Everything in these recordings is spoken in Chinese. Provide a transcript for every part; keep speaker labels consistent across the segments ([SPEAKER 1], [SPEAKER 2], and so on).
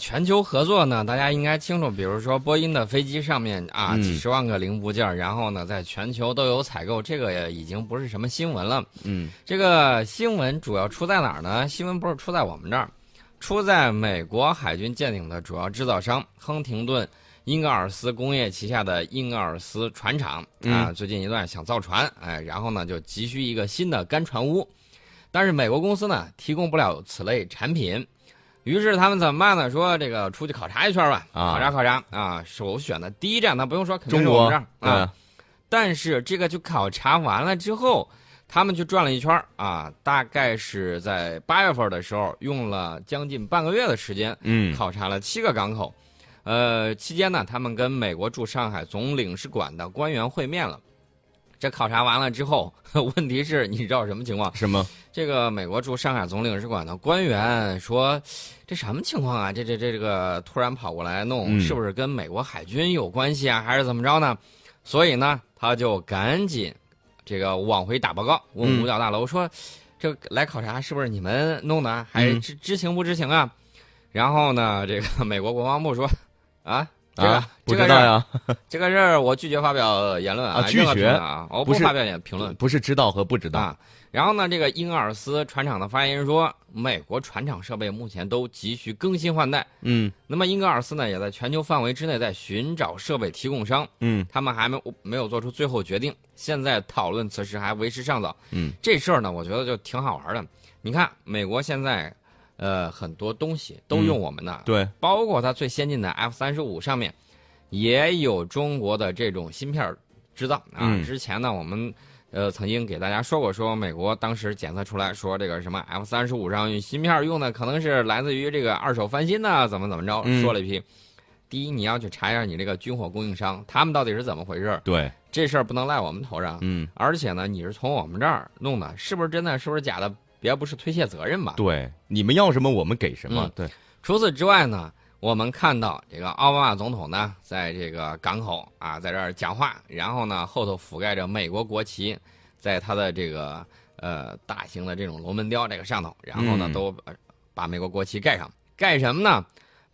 [SPEAKER 1] 全球合作呢，大家应该清楚，比如说波音的飞机上面啊，
[SPEAKER 2] 嗯
[SPEAKER 1] 几十万个零部件儿，然后呢，在全球都有采购，这个也已经不是什么新闻了。
[SPEAKER 2] 嗯
[SPEAKER 1] 这个新闻主要出在哪儿呢？新闻不是出在我们这儿，出在美国海军舰艇的主要制造商亨廷顿英格尔斯工业旗下的英格尔斯船厂啊，最近一段想造船，哎，然后呢就急需一个新的干船坞，但是美国公司呢提供不了此类产品。于是他们怎么办呢？说这个出去考察一圈吧，
[SPEAKER 2] 啊
[SPEAKER 1] 考察考察啊！首选的第一站，那不用说，肯定是我们这儿啊。
[SPEAKER 2] 嗯
[SPEAKER 1] 但是这个就考察完了之后，他们去转了一圈儿啊，大概是在八月份的时候，用了将近半个月的时间，
[SPEAKER 2] 嗯
[SPEAKER 1] 考察了七个港口。呃，期间呢，他们跟美国驻上海总领事馆的官员会面了。这考察完了之后， 问题是，你知道什么情况？
[SPEAKER 2] 什么
[SPEAKER 1] 这个美国驻上海总领事馆的官员说：“这什么情况啊？这这这这个突然跑过来弄，
[SPEAKER 2] 嗯
[SPEAKER 1] 是不是跟美国海军有关系啊，还是怎么着呢？”所以呢，他就赶紧这个往回打报告，问
[SPEAKER 2] 嗯
[SPEAKER 1] 五角大楼说：“这来考察是不是你们弄的啊？还
[SPEAKER 2] 嗯
[SPEAKER 1] 知知情不知情啊？”然后呢，这个 美国国防部说：“啊，这个、
[SPEAKER 2] 啊？不
[SPEAKER 1] 这个事
[SPEAKER 2] 知道
[SPEAKER 1] 儿，
[SPEAKER 2] 呀，
[SPEAKER 1] 这个事儿我拒绝发表言论
[SPEAKER 2] 啊拒
[SPEAKER 1] 任何
[SPEAKER 2] 绝
[SPEAKER 1] 评论啊，我
[SPEAKER 2] 不是
[SPEAKER 1] 发表言评论。”
[SPEAKER 2] 不是知道和不知道。
[SPEAKER 1] 啊。然后呢，这个英尔斯船厂的发言人说，美国船厂设备目前都急需更新换代。
[SPEAKER 2] 嗯
[SPEAKER 1] 那么英格尔斯呢，也在全球范围之内在寻找设备提供商，
[SPEAKER 2] 嗯
[SPEAKER 1] 他们还没没有做出最后决定，现在讨论此事还为时尚早。
[SPEAKER 2] 嗯，
[SPEAKER 1] 这事儿呢，我觉得就挺好玩的。你看，美国现在，呃，很多东西都用我们的，
[SPEAKER 2] 对，
[SPEAKER 1] 包括它最先进的 F 三十五上面，也有中国的这种芯片儿制造啊。
[SPEAKER 2] 嗯
[SPEAKER 1] 之前呢，我们呃曾经给大家说过，说美国当时检测出来说这个什么 F 三十五上芯片儿用的可能是来自于这个二手翻新呐，怎么怎么着，
[SPEAKER 2] 嗯
[SPEAKER 1] 说了一批。第一，你要去查一下你这个军火供应商，他们到底是怎么回事儿，
[SPEAKER 2] 对，
[SPEAKER 1] 这事儿不能赖我们头上。
[SPEAKER 2] 嗯
[SPEAKER 1] 而且呢，你是从我们这儿弄的，是不是真的？是不是假的？别不是推卸责任吧？
[SPEAKER 2] 对，你们要什么我们给什么
[SPEAKER 1] 嗯。
[SPEAKER 2] 对，
[SPEAKER 1] 除此之外呢，我们看到这个奥巴马总统呢，在这个港口啊，在这儿讲话，然后呢，后头覆盖着美国国旗，在他的这个呃大型的这种龙门雕这个上头，然后呢，
[SPEAKER 2] 嗯
[SPEAKER 1] 都呃把美国国旗盖上，盖什么呢？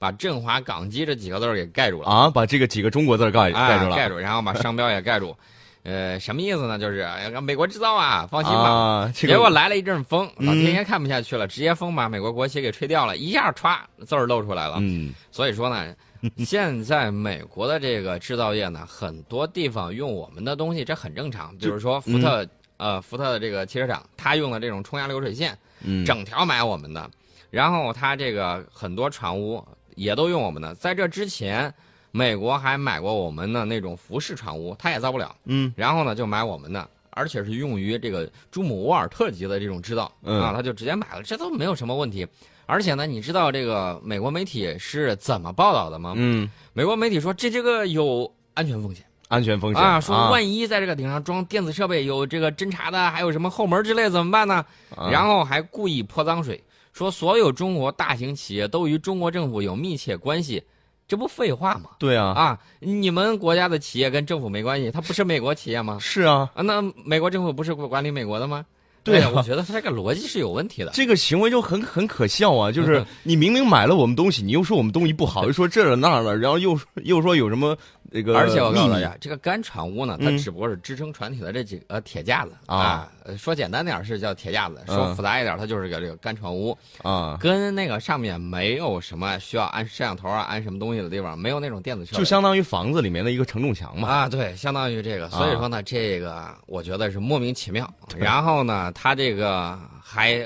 [SPEAKER 1] 把“振华港机”这几个字儿给盖住了，
[SPEAKER 2] 啊，把这个几个中国字儿盖
[SPEAKER 1] 啊
[SPEAKER 2] 盖住
[SPEAKER 1] 盖
[SPEAKER 2] 了。
[SPEAKER 1] 住，然后把商标也盖住。呃，什么意思呢？就是哎美国制造啊，放心吧。
[SPEAKER 2] 啊，这
[SPEAKER 1] 结果
[SPEAKER 2] 个
[SPEAKER 1] 来了一阵风，老
[SPEAKER 2] 嗯
[SPEAKER 1] 天爷看不下去了，直接风把美国国旗给吹掉了，一下歘字儿露出来了。
[SPEAKER 2] 嗯
[SPEAKER 1] 所以说呢，现在美国的这个制造业呢，很多地方用我们的东西，这很正常。比如说福特，呃，福特的这个汽车厂，它用的这种冲压流水线，
[SPEAKER 2] 嗯，
[SPEAKER 1] 整条买我们的。然后它这个很多船坞也都用我们的。在这之前，美国还买过我们的那种服饰船坞，它也造不了。
[SPEAKER 2] 嗯
[SPEAKER 1] 然后呢，就买我们的。而且是用于这个朱姆沃尔特级的这种制造、
[SPEAKER 2] 嗯
[SPEAKER 1] 啊，他就直接买了，这都没有什么问题。而且呢，你知道这个美国媒体是怎么报道的吗？
[SPEAKER 2] 嗯，
[SPEAKER 1] 美国媒体说这这个有安全风险
[SPEAKER 2] 安全风险
[SPEAKER 1] 啊，说万一在这个顶上装电子设备，有这个侦察的，还有什么后门之类怎么办呢？然
[SPEAKER 2] 后
[SPEAKER 1] 后还故意泼脏水，说所有中国大型企业都与中国政府有密切关系，这不废话吗？
[SPEAKER 2] 对啊，
[SPEAKER 1] 啊，你们国家的企业跟政府没关系，它不是美国企业吗？
[SPEAKER 2] 是啊，
[SPEAKER 1] 啊，那美国政府不是管理美国的吗？
[SPEAKER 2] 对啊
[SPEAKER 1] 哎呀我觉得他这个逻辑是有问题的。
[SPEAKER 2] 这个行为就很很可笑
[SPEAKER 1] 嗯
[SPEAKER 2] 啊！就是你明明买了我们东西，你又说我们东西不好，又说这了那了，然后又说又说有什么那个
[SPEAKER 1] 而且我告诉大啊
[SPEAKER 2] 秘密
[SPEAKER 1] 家，这个干船坞呢，它
[SPEAKER 2] 嗯
[SPEAKER 1] 只不过是支撑船体的这几个呃铁架子
[SPEAKER 2] 啊
[SPEAKER 1] 啊。呃说简单点儿是叫铁架子，说
[SPEAKER 2] 嗯
[SPEAKER 1] 复杂一点儿，它就是个这个干船坞，
[SPEAKER 2] 啊，
[SPEAKER 1] 跟那个上面没有什么需要安摄像头啊、安什么东西的地方，没有那种电子设备，
[SPEAKER 2] 就相当于房子里面的一个承重墙嘛。
[SPEAKER 1] 啊，对，相当于这个。所以
[SPEAKER 2] 啊
[SPEAKER 1] 说呢，这个我觉得是莫名其妙。 然后呢，他这个还，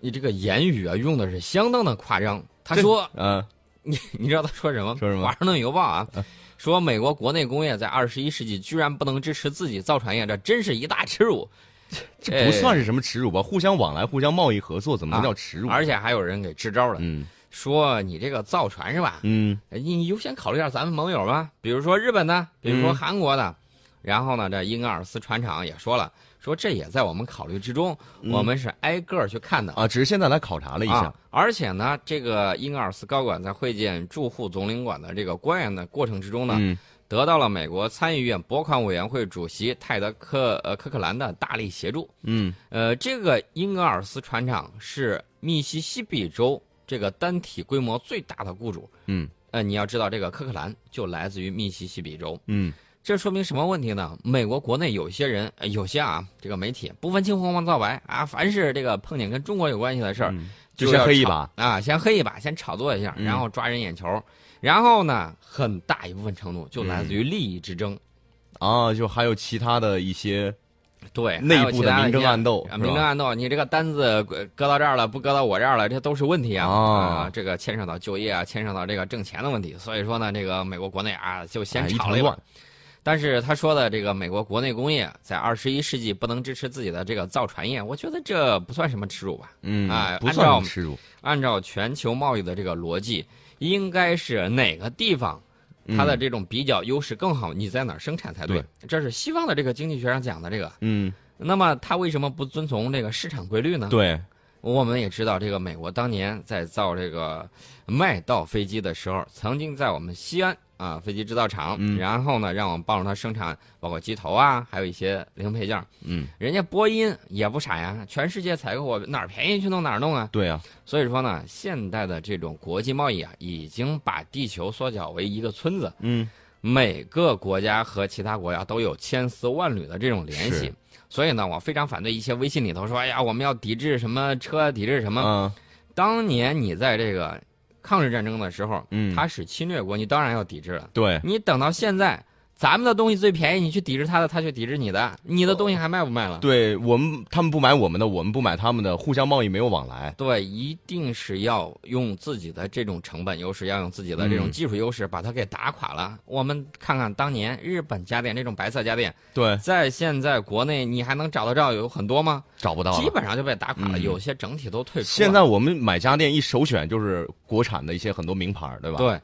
[SPEAKER 1] 你这个言语啊，用的是相当的夸张。他
[SPEAKER 2] 这
[SPEAKER 1] 说
[SPEAKER 2] 嗯
[SPEAKER 1] 你 你知道他说什么？
[SPEAKER 2] 说什么
[SPEAKER 1] 华盛顿邮报啊，说美国国内工业在二十一世纪居然不能支持自己造船业，这真是一大耻辱。
[SPEAKER 2] 这不算是什么耻辱吧？互相往来、互相贸易合作，怎么能叫耻辱？
[SPEAKER 1] 哎啊
[SPEAKER 2] 啊
[SPEAKER 1] 而且还有人给支招了，
[SPEAKER 2] 嗯
[SPEAKER 1] 说你这个造船是吧？
[SPEAKER 2] 嗯
[SPEAKER 1] 你优先考虑一下咱们盟友吧，比如说日本的，比如说
[SPEAKER 2] 嗯
[SPEAKER 1] 韩国的。然后呢，这英格尔斯船厂也说了，说这也在我们考虑之中，
[SPEAKER 2] 嗯
[SPEAKER 1] 我们是挨个儿去看的。
[SPEAKER 2] 啊，只是现在来考察了一下
[SPEAKER 1] 啊，，而且呢，这个英格尔斯高管在会见驻沪总领馆的这个官员的过程之中呢，
[SPEAKER 2] 嗯
[SPEAKER 1] 得到了美国参议院拨款委员会主席泰德克呃科克兰的大力协助。
[SPEAKER 2] 嗯
[SPEAKER 1] 呃，这个英格尔斯船厂是密西西比州这个单体规模最大的雇主。
[SPEAKER 2] 嗯
[SPEAKER 1] 呃，你要知道，这个科克兰就来自于密西西比州，
[SPEAKER 2] 嗯
[SPEAKER 1] 这说明什么问题呢？美国国内有些人，呃有些啊，这个媒体不分青红黄皂白啊，凡是这个碰见跟中国有关系的事儿，
[SPEAKER 2] 嗯
[SPEAKER 1] 就
[SPEAKER 2] 就先
[SPEAKER 1] 要
[SPEAKER 2] 黑一
[SPEAKER 1] 炒
[SPEAKER 2] 把
[SPEAKER 1] 啊，先黑一把，先炒作一下，
[SPEAKER 2] 嗯
[SPEAKER 1] 然后抓人眼球，然后呢，很大一部分程度就来
[SPEAKER 2] 嗯
[SPEAKER 1] 自于利益之争，
[SPEAKER 2] 啊，就还有其他的一些
[SPEAKER 1] 对，
[SPEAKER 2] 内
[SPEAKER 1] 还有
[SPEAKER 2] 部
[SPEAKER 1] 其他
[SPEAKER 2] 明争
[SPEAKER 1] 一些
[SPEAKER 2] 暗斗，
[SPEAKER 1] 啊，
[SPEAKER 2] 是
[SPEAKER 1] 明争
[SPEAKER 2] 吧
[SPEAKER 1] 暗斗，你这个单子呃搁到这儿了，不搁到我这儿了，这都是问题啊！
[SPEAKER 2] 哦
[SPEAKER 1] 啊，这个牵扯到就业啊，牵扯到这个挣钱的问题。所以说呢，这个美国国内啊，就先
[SPEAKER 2] 哎一
[SPEAKER 1] 炒
[SPEAKER 2] 团
[SPEAKER 1] 了一把
[SPEAKER 2] 乱。，
[SPEAKER 1] 但是他说的这个美国国内工业在二十一世纪不能支持自己的这个造船业，我觉得这不算什么耻辱吧？
[SPEAKER 2] 嗯
[SPEAKER 1] 哎，
[SPEAKER 2] 不
[SPEAKER 1] 按
[SPEAKER 2] 算
[SPEAKER 1] 照
[SPEAKER 2] 很耻辱，
[SPEAKER 1] 按照全球贸易的这个逻辑，应该是哪个地方它的这种比较优势更好，你在哪儿生产才对
[SPEAKER 2] 对。
[SPEAKER 1] 这是西方的这个经济学上讲的这个。
[SPEAKER 2] 嗯，
[SPEAKER 1] 那么他为什么不遵从这个市场规律呢？
[SPEAKER 2] 对，
[SPEAKER 1] 我们也知道，这个美国当年在造这个麦道飞机的时候，曾经在我们西安啊飞机制造厂，
[SPEAKER 2] 嗯
[SPEAKER 1] 然后呢，让我们帮助他生产包括机头啊，还有一些零配件儿。
[SPEAKER 2] 嗯，
[SPEAKER 1] 人家波音也不傻呀，全世界采购我哪儿便宜去弄哪儿弄啊。
[SPEAKER 2] 对啊，
[SPEAKER 1] 所以说呢，现代的这种国际贸易啊，已经把地球缩小为一个村子，
[SPEAKER 2] 嗯，
[SPEAKER 1] 每个国家和其他国家都有千丝万缕的这种联系
[SPEAKER 2] 是。
[SPEAKER 1] 所以呢，我非常反对一些微信里头说，哎呀，我们要抵制什么车，抵制什么。
[SPEAKER 2] 啊，
[SPEAKER 1] 当年你在这个抗日战争的时候，
[SPEAKER 2] 嗯，
[SPEAKER 1] 他是侵略国，你当然要抵制了。
[SPEAKER 2] 对，
[SPEAKER 1] 你等到现在，咱们的东西最便宜，你去抵制他的，他去抵制你的，你的东西还卖不卖了？
[SPEAKER 2] 对我们他们不买我们的，我们不买他们的，互相贸易没有往来，
[SPEAKER 1] 对，一定是要用自己的这种成本优势，要用自己的
[SPEAKER 2] 嗯
[SPEAKER 1] 这种技术优势，把它给打垮了。我们看看当年日本家电这种白色家电，
[SPEAKER 2] 对，
[SPEAKER 1] 在现在国内你还能找得着有很多吗？
[SPEAKER 2] 找不到
[SPEAKER 1] 基
[SPEAKER 2] 了。
[SPEAKER 1] 本上啊就被打垮了，
[SPEAKER 2] 嗯
[SPEAKER 1] 有些整体都退出了。
[SPEAKER 2] 现在我们买家电一首选就是国产的一些很多名牌儿，对吧？，
[SPEAKER 1] 对，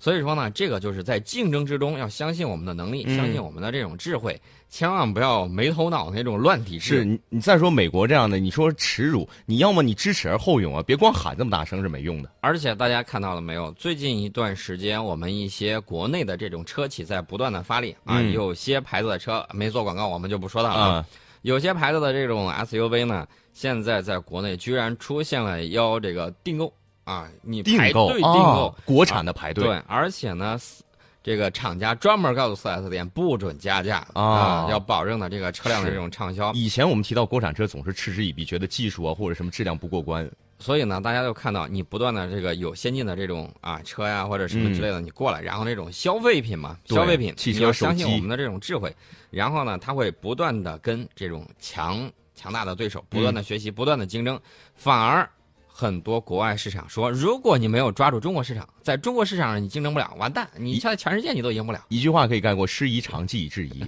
[SPEAKER 1] 所以说呢，这个就是在竞争之中要相信我们的能力，
[SPEAKER 2] 嗯
[SPEAKER 1] 相信我们的这种智慧，千万不要没头脑那种乱抵
[SPEAKER 2] 是
[SPEAKER 1] 制。
[SPEAKER 2] 你你再说美国这样的，你说耻辱，你要么你知耻而后勇啊，别光喊这么大声是没用的。
[SPEAKER 1] 而且大家看到了没有？最近一段时间，我们一些国内的这种车企在不断的发力啊，
[SPEAKER 2] 嗯
[SPEAKER 1] 有些牌子的车没做广告，我们就不说它了。
[SPEAKER 2] 啊，
[SPEAKER 1] 有些牌子的这种 SUV 呢，现在在国内居然出现了要这个订购啊，你
[SPEAKER 2] 订
[SPEAKER 1] 排
[SPEAKER 2] 购
[SPEAKER 1] 队订购，
[SPEAKER 2] 啊国产的排队，
[SPEAKER 1] 对，而且呢，四这个厂家专门告诉 4S 店不准加价
[SPEAKER 2] 啊
[SPEAKER 1] 要保证呢这个车辆的这种畅销。
[SPEAKER 2] 以前我们提到国产车总是嗤之以鼻，觉得技术啊或者什么质量不过关。
[SPEAKER 1] 所以呢，大家就看到你不断的这个有先进的这种啊车呀或者什么之类的，你过来，然后那种消费品嘛，
[SPEAKER 2] 对
[SPEAKER 1] 消费品，
[SPEAKER 2] 汽车
[SPEAKER 1] 你要相信
[SPEAKER 2] 手机
[SPEAKER 1] 我们的这种智慧，然后呢，它会不断的跟这种强强大的对手不断的学习，不断的竞争，反而。很多国外市场说，如果你没有抓住中国市场，在中国市场上你竞争不了，完蛋，你在全世界你都赢不 了。
[SPEAKER 2] 一句话可以概括：师夷长技以制 夷。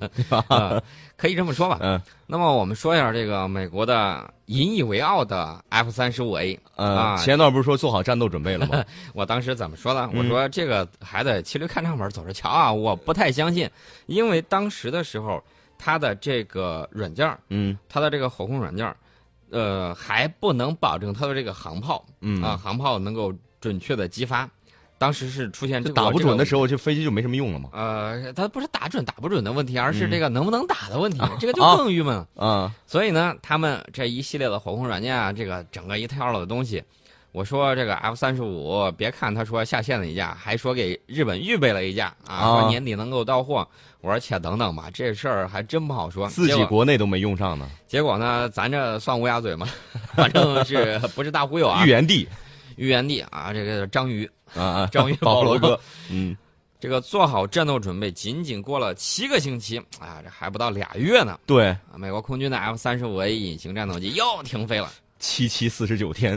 [SPEAKER 1] 啊，可以这么说吧。
[SPEAKER 2] 嗯
[SPEAKER 1] 那么我们说一下这个美国的引以为傲的 F 三十五 A，
[SPEAKER 2] 呃，
[SPEAKER 1] 啊
[SPEAKER 2] 前段不是说做好战斗准备了 吗？
[SPEAKER 1] 我当时怎么说呢？
[SPEAKER 2] 嗯
[SPEAKER 1] 我说这个还得骑驴看账本，走着瞧啊！我不太相信，因为当时的时候，它的这个软件儿，
[SPEAKER 2] 嗯
[SPEAKER 1] 它的这个火控软件儿，呃，还不能保证它的这个航炮
[SPEAKER 2] 嗯
[SPEAKER 1] 啊，，航炮能够准确的激发。当时是出现这
[SPEAKER 2] 就
[SPEAKER 1] 个
[SPEAKER 2] 打不准的
[SPEAKER 1] 时
[SPEAKER 2] 时候，这飞机就没什么用了嘛。
[SPEAKER 1] 候，呃，它不是打准打不准的问题，而是
[SPEAKER 2] 嗯
[SPEAKER 1] 这个能不能打的问题，这个就
[SPEAKER 2] 啊
[SPEAKER 1] 更郁闷了。
[SPEAKER 2] 啊，
[SPEAKER 1] 所以呢，他们这一系列的火控软件啊，这个整个一套的东西，我说这个 F 三十五，别看他说下线了一架，还说给日本预备了一架啊，
[SPEAKER 2] 啊
[SPEAKER 1] 说年底能够到货。我说且等等吧，这事儿还真不好说。
[SPEAKER 2] 自
[SPEAKER 1] 啊结
[SPEAKER 2] 己
[SPEAKER 1] 果
[SPEAKER 2] 国内都没用上呢，
[SPEAKER 1] 结果呢，咱这算乌鸦嘴吗？ 反正是不是大忽悠啊
[SPEAKER 2] 预？言帝
[SPEAKER 1] 预言帝啊，这个章 鱼，
[SPEAKER 2] 啊啊，
[SPEAKER 1] 章鱼
[SPEAKER 2] 保
[SPEAKER 1] 保罗
[SPEAKER 2] 罗哥，嗯，
[SPEAKER 1] 这个做好战斗准备，仅仅过了七个星期啊，这还不到俩月呢，
[SPEAKER 2] 对，
[SPEAKER 1] 啊美国空军的 F 三十五 A 隐形战斗机又停飞了。
[SPEAKER 2] 七七四十九天，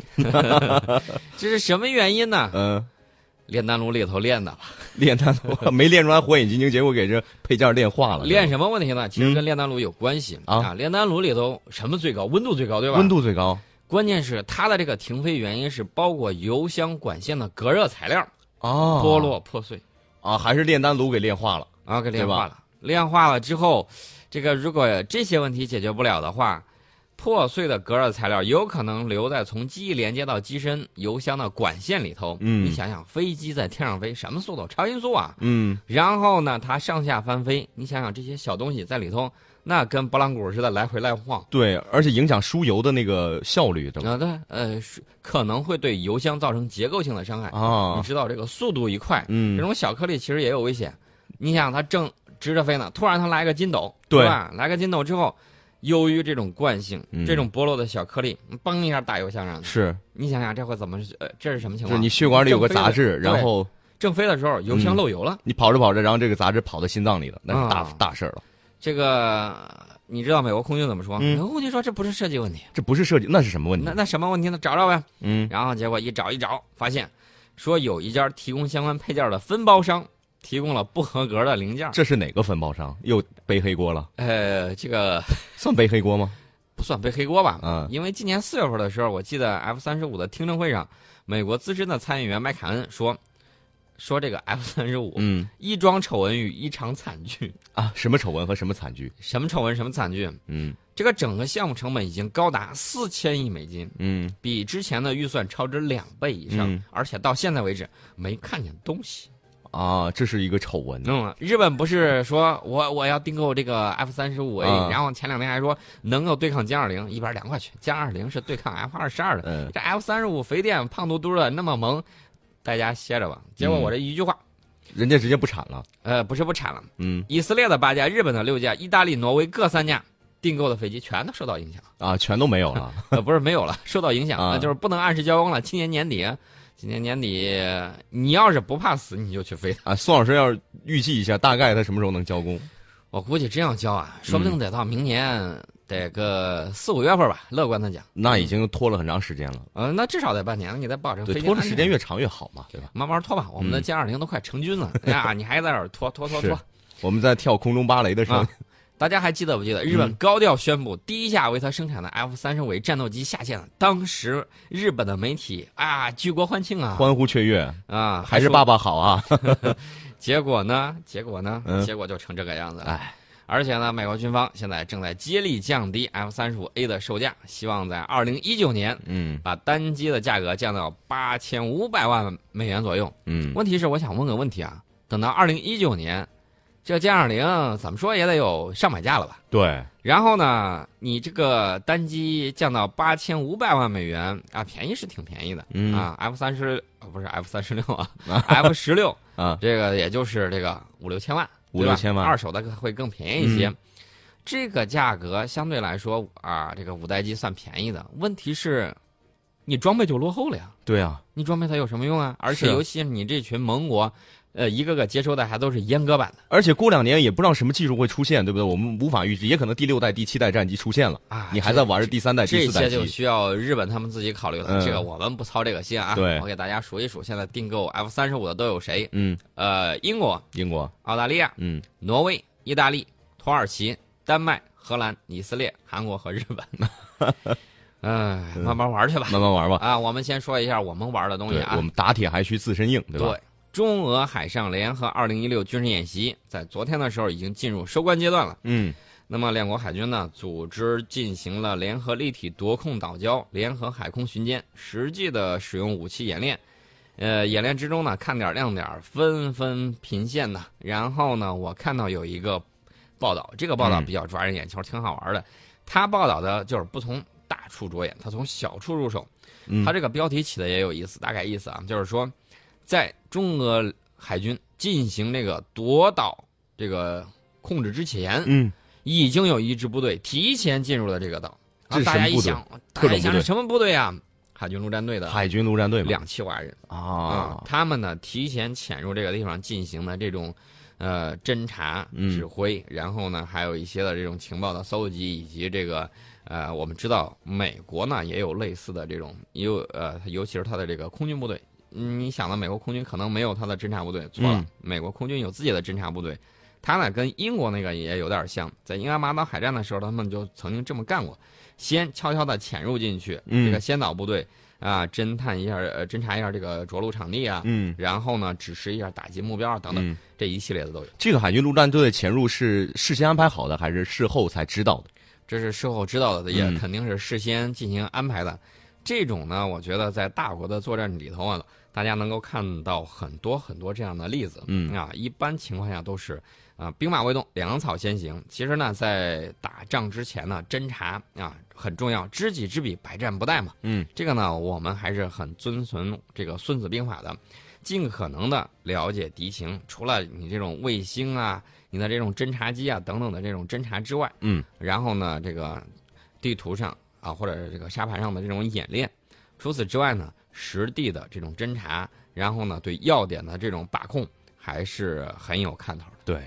[SPEAKER 1] 这是什么原因呢？
[SPEAKER 2] 嗯，
[SPEAKER 1] 炼丹炉里头炼的，
[SPEAKER 2] 练他没练出来火眼金睛，结果给这配件练化了，
[SPEAKER 1] 炼
[SPEAKER 2] 是吧
[SPEAKER 1] 什么问题呢？其实跟炼丹炉有关系、
[SPEAKER 2] 啊
[SPEAKER 1] 嗯啊。炼丹炉里头什么最高？温度最高，对吧？
[SPEAKER 2] 温。度最高
[SPEAKER 1] 关键是它的这个停飞原因是包裹油箱管线的隔热材料
[SPEAKER 2] 哦
[SPEAKER 1] 脱落破碎，啊
[SPEAKER 2] 啊，还是炼丹炉给炼化了，
[SPEAKER 1] 然后给炼化了。炼化了之后，这个如果这些问题解决不了的话，破碎的隔热材料有可能留在从机翼连接到机身油箱的管线里头。
[SPEAKER 2] 嗯
[SPEAKER 1] 你想想，飞机在天上飞，什么速度？超音速啊！
[SPEAKER 2] 嗯，
[SPEAKER 1] 然后呢，它上下翻飞，你想想这些小东西在里头，那跟拨浪鼓似的来回来晃。
[SPEAKER 2] 对，而且影响输油的那个效率，对吧？
[SPEAKER 1] 啊，对，呃，是可能会对油箱造成结构性的伤害。你
[SPEAKER 2] 啊，
[SPEAKER 1] 知道这个速度一快，这
[SPEAKER 2] 嗯，
[SPEAKER 1] 种小颗粒其实也有危险。你想，它正直着飞呢，突然它来个筋斗，
[SPEAKER 2] 对
[SPEAKER 1] 是吧？来个筋斗之后，由于这种惯性，
[SPEAKER 2] 嗯
[SPEAKER 1] 这种剥落的小颗粒，嘣一下打油箱上去。
[SPEAKER 2] 是，
[SPEAKER 1] 你想想，这会怎么？呃，这是什么情
[SPEAKER 2] 就是
[SPEAKER 1] 况？
[SPEAKER 2] 你血管里有个
[SPEAKER 1] 正飞
[SPEAKER 2] 杂
[SPEAKER 1] 的
[SPEAKER 2] 质，嗯然
[SPEAKER 1] 对
[SPEAKER 2] 后
[SPEAKER 1] 正飞的时候，油箱漏油了。
[SPEAKER 2] 你跑着跑着，然后这个杂质跑到心脏里了，那是大
[SPEAKER 1] 啊
[SPEAKER 2] 大事儿了。
[SPEAKER 1] 这个你知道美国空军怎么说？
[SPEAKER 2] 嗯
[SPEAKER 1] 美国空军说这不是设计问题，
[SPEAKER 2] 这不是设计，那是什么问题
[SPEAKER 1] 那？那什么问题呢？找找呗。
[SPEAKER 2] 嗯，
[SPEAKER 1] 然后结果一找一找，发现说有一家提供相关配件的分包商提供了不合格的零件儿。
[SPEAKER 2] 这是哪个分包商又背黑锅了？
[SPEAKER 1] 呃，这个
[SPEAKER 2] 算背黑锅吗？
[SPEAKER 1] 不算背黑锅吧？
[SPEAKER 2] 嗯
[SPEAKER 1] 因为今年四月份的时候，我记得 F 三十五的听证会上，美国资深的参议员麦凯恩说，说这个 F 三十五
[SPEAKER 2] 嗯
[SPEAKER 1] 一桩丑闻与一场惨剧。
[SPEAKER 2] 啊，什么丑闻和什么惨剧？
[SPEAKER 1] 什么丑闻，什么惨剧？
[SPEAKER 2] 嗯
[SPEAKER 1] 这个整个项目成本已经高达四千亿美金，
[SPEAKER 2] 嗯
[SPEAKER 1] 比之前的预算超支两倍以上，
[SPEAKER 2] 嗯
[SPEAKER 1] 而且到现在为止没看见东西。
[SPEAKER 2] 啊，这是一个丑闻。
[SPEAKER 1] 嗯，日本不是说我我要订购这个 F 三十五 A，
[SPEAKER 2] 啊
[SPEAKER 1] 然后前两天还说能够对抗歼二零，一边凉快去，歼二零是对抗 F 二十二的，
[SPEAKER 2] 嗯
[SPEAKER 1] 这 F 三十五肥电胖嘟嘟的那么萌，大家歇着吧。结果我这一句话，
[SPEAKER 2] 人家直接不产了。
[SPEAKER 1] 呃，不是不产了，
[SPEAKER 2] 嗯
[SPEAKER 1] 以色列的八架，日本的六架，意大利、挪威各三架订购的飞机全都受到影响，
[SPEAKER 2] 啊，全都没有 了。
[SPEAKER 1] 呃，不是没有了，受到影响，
[SPEAKER 2] 啊
[SPEAKER 1] 那就是不能按时交工了。今年年底，今年年底，你要是不怕死，你就去飞
[SPEAKER 2] 啊，宋老师要是预计一下，大概他什么时候能交工？
[SPEAKER 1] 我估计真要交啊，说不
[SPEAKER 2] 嗯
[SPEAKER 1] 定得到明年得个四五月份吧，乐观的讲。
[SPEAKER 2] 那已经拖了很长时间了。
[SPEAKER 1] 呃，那至少得半年，你得保证飞
[SPEAKER 2] 对，
[SPEAKER 1] 机
[SPEAKER 2] 拖的
[SPEAKER 1] 安全
[SPEAKER 2] 时间越长越好嘛，对吧？
[SPEAKER 1] 慢慢拖吧。我们的歼二零都快成军了，哎 呀，你还在这儿拖拖拖
[SPEAKER 2] 是
[SPEAKER 1] 拖。
[SPEAKER 2] 我们在跳空中芭蕾的时候，
[SPEAKER 1] 啊大家还记得不记得，日本
[SPEAKER 2] 嗯
[SPEAKER 1] 高调宣布第一架为他生产的 F 三十五战斗机下线了？当时日本的媒体啊，举国欢庆啊，
[SPEAKER 2] 欢呼雀跃，
[SPEAKER 1] 啊，
[SPEAKER 2] 还是
[SPEAKER 1] 说
[SPEAKER 2] 爸爸好啊！
[SPEAKER 1] 结果呢？结果呢？
[SPEAKER 2] 嗯
[SPEAKER 1] 结果就成这个样子了。
[SPEAKER 2] 哎，
[SPEAKER 1] 而且呢，美国军方现在正在接力降低 F 三十五 A 的售价，希望在二零一九年
[SPEAKER 2] 嗯
[SPEAKER 1] 把单机的价格降到八千五百万美元左右。
[SPEAKER 2] 嗯，
[SPEAKER 1] 问题是，我想问个问题啊，等到二零一九年，这歼二零怎么说也得有上百架了吧？
[SPEAKER 2] 对，
[SPEAKER 1] 然后呢，你这个单机降到八千五百万美元啊，便宜是挺便宜的、
[SPEAKER 2] 嗯
[SPEAKER 1] 啊。F 三十不是 F 三十六 啊，F 十六
[SPEAKER 2] 啊，
[SPEAKER 1] 这个也就是这个五六千万，
[SPEAKER 2] 五
[SPEAKER 1] 对吧
[SPEAKER 2] 六千万
[SPEAKER 1] 二手的会更便宜一些。
[SPEAKER 2] 嗯
[SPEAKER 1] 这个价格相对来说啊，这个五代机算便宜的。问题是，你装备就落后了呀，
[SPEAKER 2] 对啊，
[SPEAKER 1] 你装备它有什么用啊？而且
[SPEAKER 2] 是
[SPEAKER 1] 尤其是你这群盟国，呃，一个个接收的还都是阉割版的
[SPEAKER 2] 而且过两年也不知道什么技术会出现，对不对？我们无法预知，也可能第六代、第七代战机出现了，
[SPEAKER 1] 啊。
[SPEAKER 2] 你还
[SPEAKER 1] 这
[SPEAKER 2] 在玩着第三代、第
[SPEAKER 1] 这
[SPEAKER 2] 四代
[SPEAKER 1] 些就
[SPEAKER 2] 机。
[SPEAKER 1] 需要日本他们自己考虑了，
[SPEAKER 2] 嗯
[SPEAKER 1] 这个我们不操这个心啊。
[SPEAKER 2] 对
[SPEAKER 1] 我给大家数一数，现在订购 F 三十五的都有谁？
[SPEAKER 2] 嗯，
[SPEAKER 1] 呃，英国、
[SPEAKER 2] 英国，
[SPEAKER 1] 澳大利亚、
[SPEAKER 2] 嗯，
[SPEAKER 1] 挪威、意大利、土耳其、丹麦、荷兰、以色列、韩国和日本。 嗯、慢慢玩去吧。
[SPEAKER 2] 慢慢玩吧。
[SPEAKER 1] 啊，我们先说一下我们玩的东西
[SPEAKER 2] 对，
[SPEAKER 1] 啊
[SPEAKER 2] 我。们打铁还需自身硬，对吧？
[SPEAKER 1] 对，中俄海上联合二零一六军事演习在昨天的时候已经进入收官阶段了。
[SPEAKER 2] 嗯
[SPEAKER 1] 那么，两国海军呢组织进行了联合立体夺控岛礁、联合海空巡监、实际的使用武器演练。呃，演练之中呢，看点儿亮点儿纷纷频现呐。然后呢，我看到有一个报道，这个报道
[SPEAKER 2] 嗯
[SPEAKER 1] 比较抓人眼球，挺好玩的。他报道的就是不从大处着眼，他从小处入手。
[SPEAKER 2] 嗯
[SPEAKER 1] 他这个标题起的也有意思，大概意思啊，就是说，在中俄海军进行这个夺岛这个控制之前，
[SPEAKER 2] 嗯，
[SPEAKER 1] 已经有一支部队提前进入了这个岛。
[SPEAKER 2] 这
[SPEAKER 1] 然
[SPEAKER 2] 是
[SPEAKER 1] 后大家
[SPEAKER 2] 什么
[SPEAKER 1] 一
[SPEAKER 2] 部队
[SPEAKER 1] 想，大
[SPEAKER 2] 特
[SPEAKER 1] 家
[SPEAKER 2] 种
[SPEAKER 1] 一想是
[SPEAKER 2] 部队
[SPEAKER 1] 什么部队啊？海军陆战队的
[SPEAKER 2] 海军陆战队嘛
[SPEAKER 1] 两栖蛙人
[SPEAKER 2] 啊，
[SPEAKER 1] 他们呢提前潜入这个地方进行了这种呃侦察、
[SPEAKER 2] 嗯
[SPEAKER 1] 指挥，然后呢还有一些的这种情报的搜集，以及这个呃我们知道美国呢也有类似的这种，也有呃尤其是它的这个空军部队。嗯你想到美国空军可能没有它的侦察部队，错了，
[SPEAKER 2] 嗯
[SPEAKER 1] 美国空军有自己的侦察部队。它呢跟英国那个也有点像，在英阿马岛海战的时候，他们就曾经这么干过，先悄悄的潜入进去，
[SPEAKER 2] 嗯
[SPEAKER 1] 这个先导部队啊，侦探一下，呃，侦查一下这个着陆场地啊，
[SPEAKER 2] 嗯
[SPEAKER 1] 然后呢，指示一下打击目标啊等等，
[SPEAKER 2] 嗯，
[SPEAKER 1] 这一系列的都有。
[SPEAKER 2] 这个海军陆战队的潜入是事先安排好的，还是事后才知道的？
[SPEAKER 1] 这是事后知道的，也
[SPEAKER 2] 嗯
[SPEAKER 1] 肯定是事先进行安排的。这种呢，我觉得在大国的作战里头啊，大家能够看到很多很多这样的例子。
[SPEAKER 2] 嗯
[SPEAKER 1] 啊，一般情况下都是啊、兵马未动，粮草先行。其实呢，在打仗之前呢，侦察啊很重要，知己知彼，百战不殆嘛。
[SPEAKER 2] 嗯，
[SPEAKER 1] 这个呢，我们还是很遵循这个《孙子兵法》的，尽可能的了解敌情。除了你这种卫星啊、你的这种侦察机啊等等的这种侦察之外，
[SPEAKER 2] 嗯，
[SPEAKER 1] 然后呢，这个地图上啊或者是这个沙盘上的这种演练，除此之外呢，实地的这种侦察，然后呢对要点的这种把控还是很有看头的。
[SPEAKER 2] 对，